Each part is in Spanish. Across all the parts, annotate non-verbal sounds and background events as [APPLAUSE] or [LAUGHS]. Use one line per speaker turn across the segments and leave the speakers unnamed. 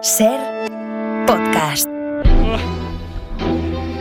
Ser podcast.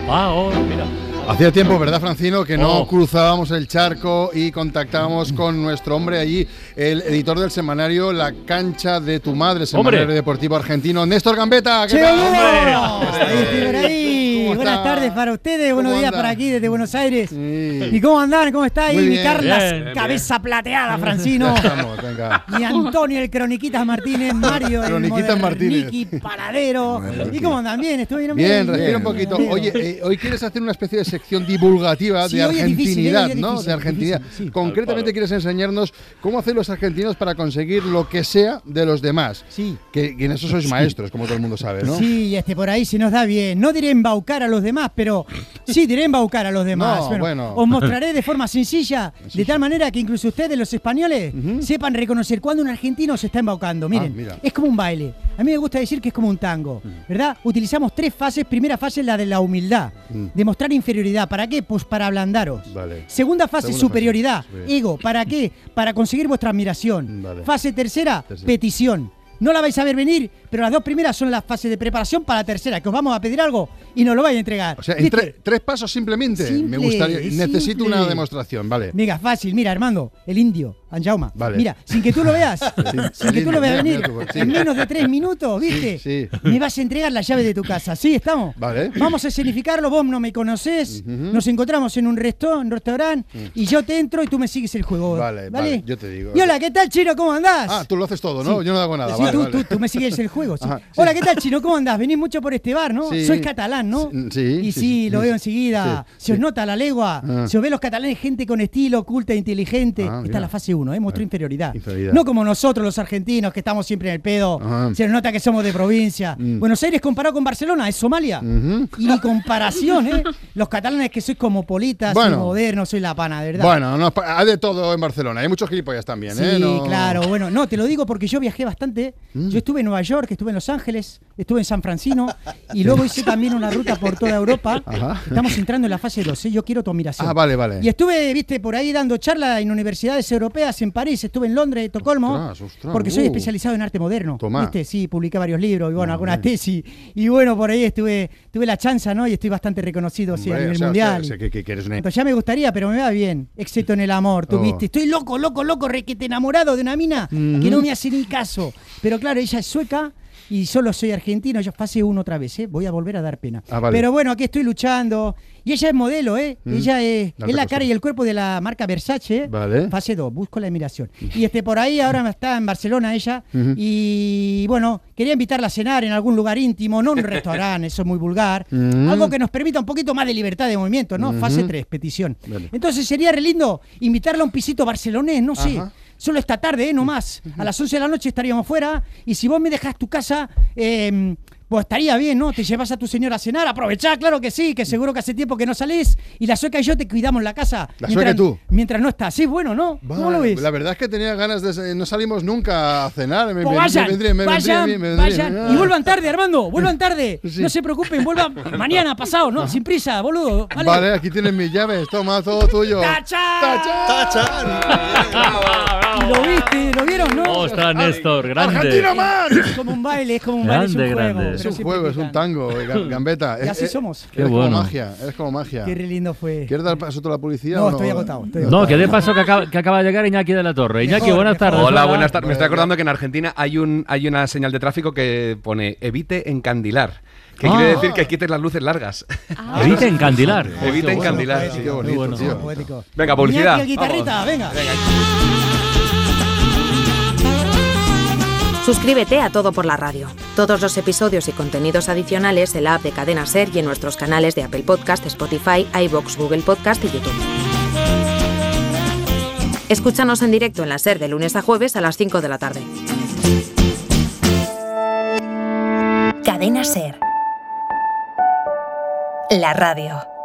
Ah, oh, mira.
Hacía tiempo, ¿verdad, Francino? Que no
Oh.
cruzábamos el charco y contactábamos con nuestro hombre allí, el editor del semanario La Cancha de tu Madre, semanario
Hombre.
deportivo argentino, Néstor Gambetta. ¿qué
¡Che,
tal?
Hugo!
hombre!
Ahí, Fiberaí.
¿Cómo
Buenas
está?
tardes para ustedes, buenos
¿Cómo
días
anda?
para aquí desde Buenos Aires.
Sí.
¿Y cómo andan? ¿Cómo está ahí
Muy
mi
bien.
Carlas?
Bien, bien.
cabeza plateada, Francino.
Vamos, venga.
Y Antonio, el Croniquitas Martínez, Mario, el
Croniquitas Martínez.
Moderniki, Paradero. ¿Y cómo andan? Bien, estoy bien.
Bien,
hombre?
respira un poquito.
Bien.
Oye, eh, hoy quieres hacer una especie de sección divulgativa
Sí,
de
hoy es difícil,
argentinidad,
hoy es
¿no?
difícil,
de argentinidad.
difícil, sí.
Concretamente quieres enseñarnos cómo hacen los argentinos para conseguir lo que sea de los demás.
Sí.
Que, que en eso sois maestros, como todo el mundo sabe, ¿no?
Sí, este, por ahí se nos da bien. No diré embaucar a los demás, pero sí diré embaucar a los demás.
No, bueno.
Os
[LAUGHS]
mostraré de forma sencilla, de
Sencilla.
tal manera que incluso ustedes, los españoles, sepan reconocer cuando un argentino se está embaucando. Miren,
Ah, mira. Mm.
es como un baile. A mí me gusta decir que es como un tango, ¿verdad? Utilizamos tres fases. Primera fase es la de la humildad, demostrar inferioridad. ¿Para qué? Pues para ablandaros.
Mm. Vale.
Segunda fase,
Segunda
superioridad,
fase, sí.
ego. ¿Para qué? Para conseguir vuestra admiración.
Vale.
Fase tercera,
Tercera.
petición. No la vais a ver venir, pero las dos primeras son las fases de preparación para la tercera, que os vamos a pedir algo y nos lo vais a entregar.
O sea, en
¿Viste?
tre- tres pasos simplemente.
Simple,
me gustaría.
es
Necesito una
simple.
demostración, vale.
Mira, fácil, mira, Armando, el indio, Anjauma.
Vale.
Mira, sin que tú lo
[LAUGHS]
veas, sin
el
que tú
indio,
lo
mira,
veas venir,
mira tú, sí.
en menos de tres minutos, ¿viste?
Sí, sí.
Me vas a entregar la llave de tu casa, ¿sí? ¿Estamos?
Vale.
Vamos a escenificarlo, vos no me conocés, nos encontramos en un, resto- un restaurante y yo te entro y tú me sigues el juego.
Mm. Vale, vale, yo te digo.
Y hola, ¿qué tal, Chino? ¿Cómo andás?
Ah, tú lo haces todo, ¿no?
Sí.
Yo no hago nada.
Sí,
vale,
tú,
vale.
tú- tú me sigues el juego. sí.
Ajá, sí.
Hola, ¿qué tal, Chino? ¿Cómo andás? Venís mucho por este bar, ¿no?
Sí.
Sois catalán, ¿no?
Sí, sí, sí,
Y sí,
sí,
lo
sí.
veo enseguida.
Sí,
Se os
sí.
nota la legua.
Ah.
Se os ve los catalanes gente con estilo, culta, e inteligente.
Ah,
Está
mira.
la fase 1, ¿eh? Mostró inferioridad.
inferioridad.
No como nosotros los argentinos que estamos siempre en el pedo.
Ajá. Mm.
Se nos nota que somos de provincia. Buenos Aires comparado con Barcelona es Somalia. Y ni comparación, ¿eh? Los catalanes que sois cosmopolitas, sois
Bueno.
modernos, soy la pana, de ¿verdad?
Bueno, no, pa- hay de todo en Barcelona. Hay muchos gilipollas también, ¿eh?
Sí,
No- Mm.
claro, bueno, no, te lo digo porque yo viajé bastante. Yo estuve en Nueva York, estuve en Los Ángeles, estuve en San Francisco y luego hice también una ruta por toda Europa.
[LAUGHS] Ajá.
Estamos entrando en la fase 2, ¿eh? yo quiero tu admiración.
Ah, vale, vale.
Y estuve, viste, por ahí dando charlas en universidades europeas, en París, estuve en Londres, Estocolmo,
Ostras, ostras,
porque soy
uh.
especializado en arte moderno.
Tomá. Ah,
¿Viste? Sí, publiqué varios libros y bueno, algunas tesis. Y bueno, por ahí estuve, tuve la chanza, ¿no? Y estoy bastante reconocido sí, a
Hombre,
nivel
o sea,
mundial.
o sea, que, que- que eres una-
Pues ya me gustaría, pero me va bien. Excepto en el amor, tú
Oh.
viste. Estoy loco, loco, loco, requete enamorado de una mina que no me hace ni caso. Pero claro, ella es sueca y solo soy argentino. Yo pasé uno otra vez, ¿eh? Voy a volver a dar pena.
Ah, vale. Mm.
Pero bueno, aquí estoy luchando. Y ella es modelo, ¿eh? Ella es,
Alta
es la
costura.
cara y el cuerpo de la marca Versace. ¿eh?
Vale.
Fase 2, busco la admiración. Y este, por ahí ahora está en Barcelona ella. Y bueno, quería invitarla a cenar en algún lugar íntimo, no en un restaurante, [LAUGHS] eso es muy vulgar.
Mm.
Algo que nos permita un poquito más de libertad de movimiento, ¿no? Fase 3, petición.
Vale.
Entonces sería re lindo invitarla a un pisito barcelonés, no sé.
Ajá.
Solo esta tarde, ¿eh? no más. A las 11 de la noche estaríamos fuera. Y si vos me dejás tu casa, eh, pues estaría bien, ¿no? Te llevas a tu señora a cenar, aprovechá, claro que sí, que seguro que hace tiempo que no salís. Y la sueca y yo te cuidamos la casa.
La sueca y tú.
Mientras no estás. Sí, es bueno, ¿no? ¿Cómo lo
Vale,
ves?
La verdad es que tenía ganas de. se- No salimos nunca a cenar. Me,
Pues
me-
vayan,
me vendría- me vendría a
vayan,
mí, me vendría.
vayan. Y vuelvan tarde,
[LAUGHS]
Armando, vuelvan tarde.
Sí.
No se
[LAUGHS]
preocupen, vuelvan mañana, pasado, ¿no? Sin prisa, boludo.
Ah, Vale. aquí tienes mis llaves. Toma, todo tuyo.
¡Tacha!
¡Tacha!
Y lo viste, lo vieron, ¿no?
Oh, está Néstor, grande.
¡Argentino man!
[COUGHS] Es como un baile, es como un
Grande,
baile, es un juego.
grande.
pero
Es un
siempre
juego, es un
pican.
tango, eh, Gam- gambeta.
Y
Es-
así
es-
somos.
Eres
Qué
como
bueno.
magia, eres como magia.
Qué re lindo fue.
¿Quieres dar paso a la publicidad?
No,
o
estoy agotado, estoy
No, que dé paso que acaba, que acaba de llegar Iñaki de la Torre. Iñaki,
Mejor,
buenas
mejor.
tardes.
Hola, buenas tardes. Me estoy acordando que en Argentina hay un hay una señal de tráfico que pone evite encandilar, que
Ah.
quiere decir que quites las luces largas.
Evita encandilar.
[LAUGHS]
Ah,
evite encandilar.
bueno,
sí.
qué bonito,
bueno.
tío.
Muy poético.
Venga, publicidad,
Iñaki, el guitarrita,
vamos.
venga.
Suscríbete a Todo por la Radio. Todos los episodios y contenidos adicionales en la app de Cadena Ser y en nuestros canales de Apple Podcast, Spotify, iBox, Google Podcast y YouTube. Escúchanos en directo en la Ser de lunes a jueves a las 5 de la tarde. Cadena Ser. La radio.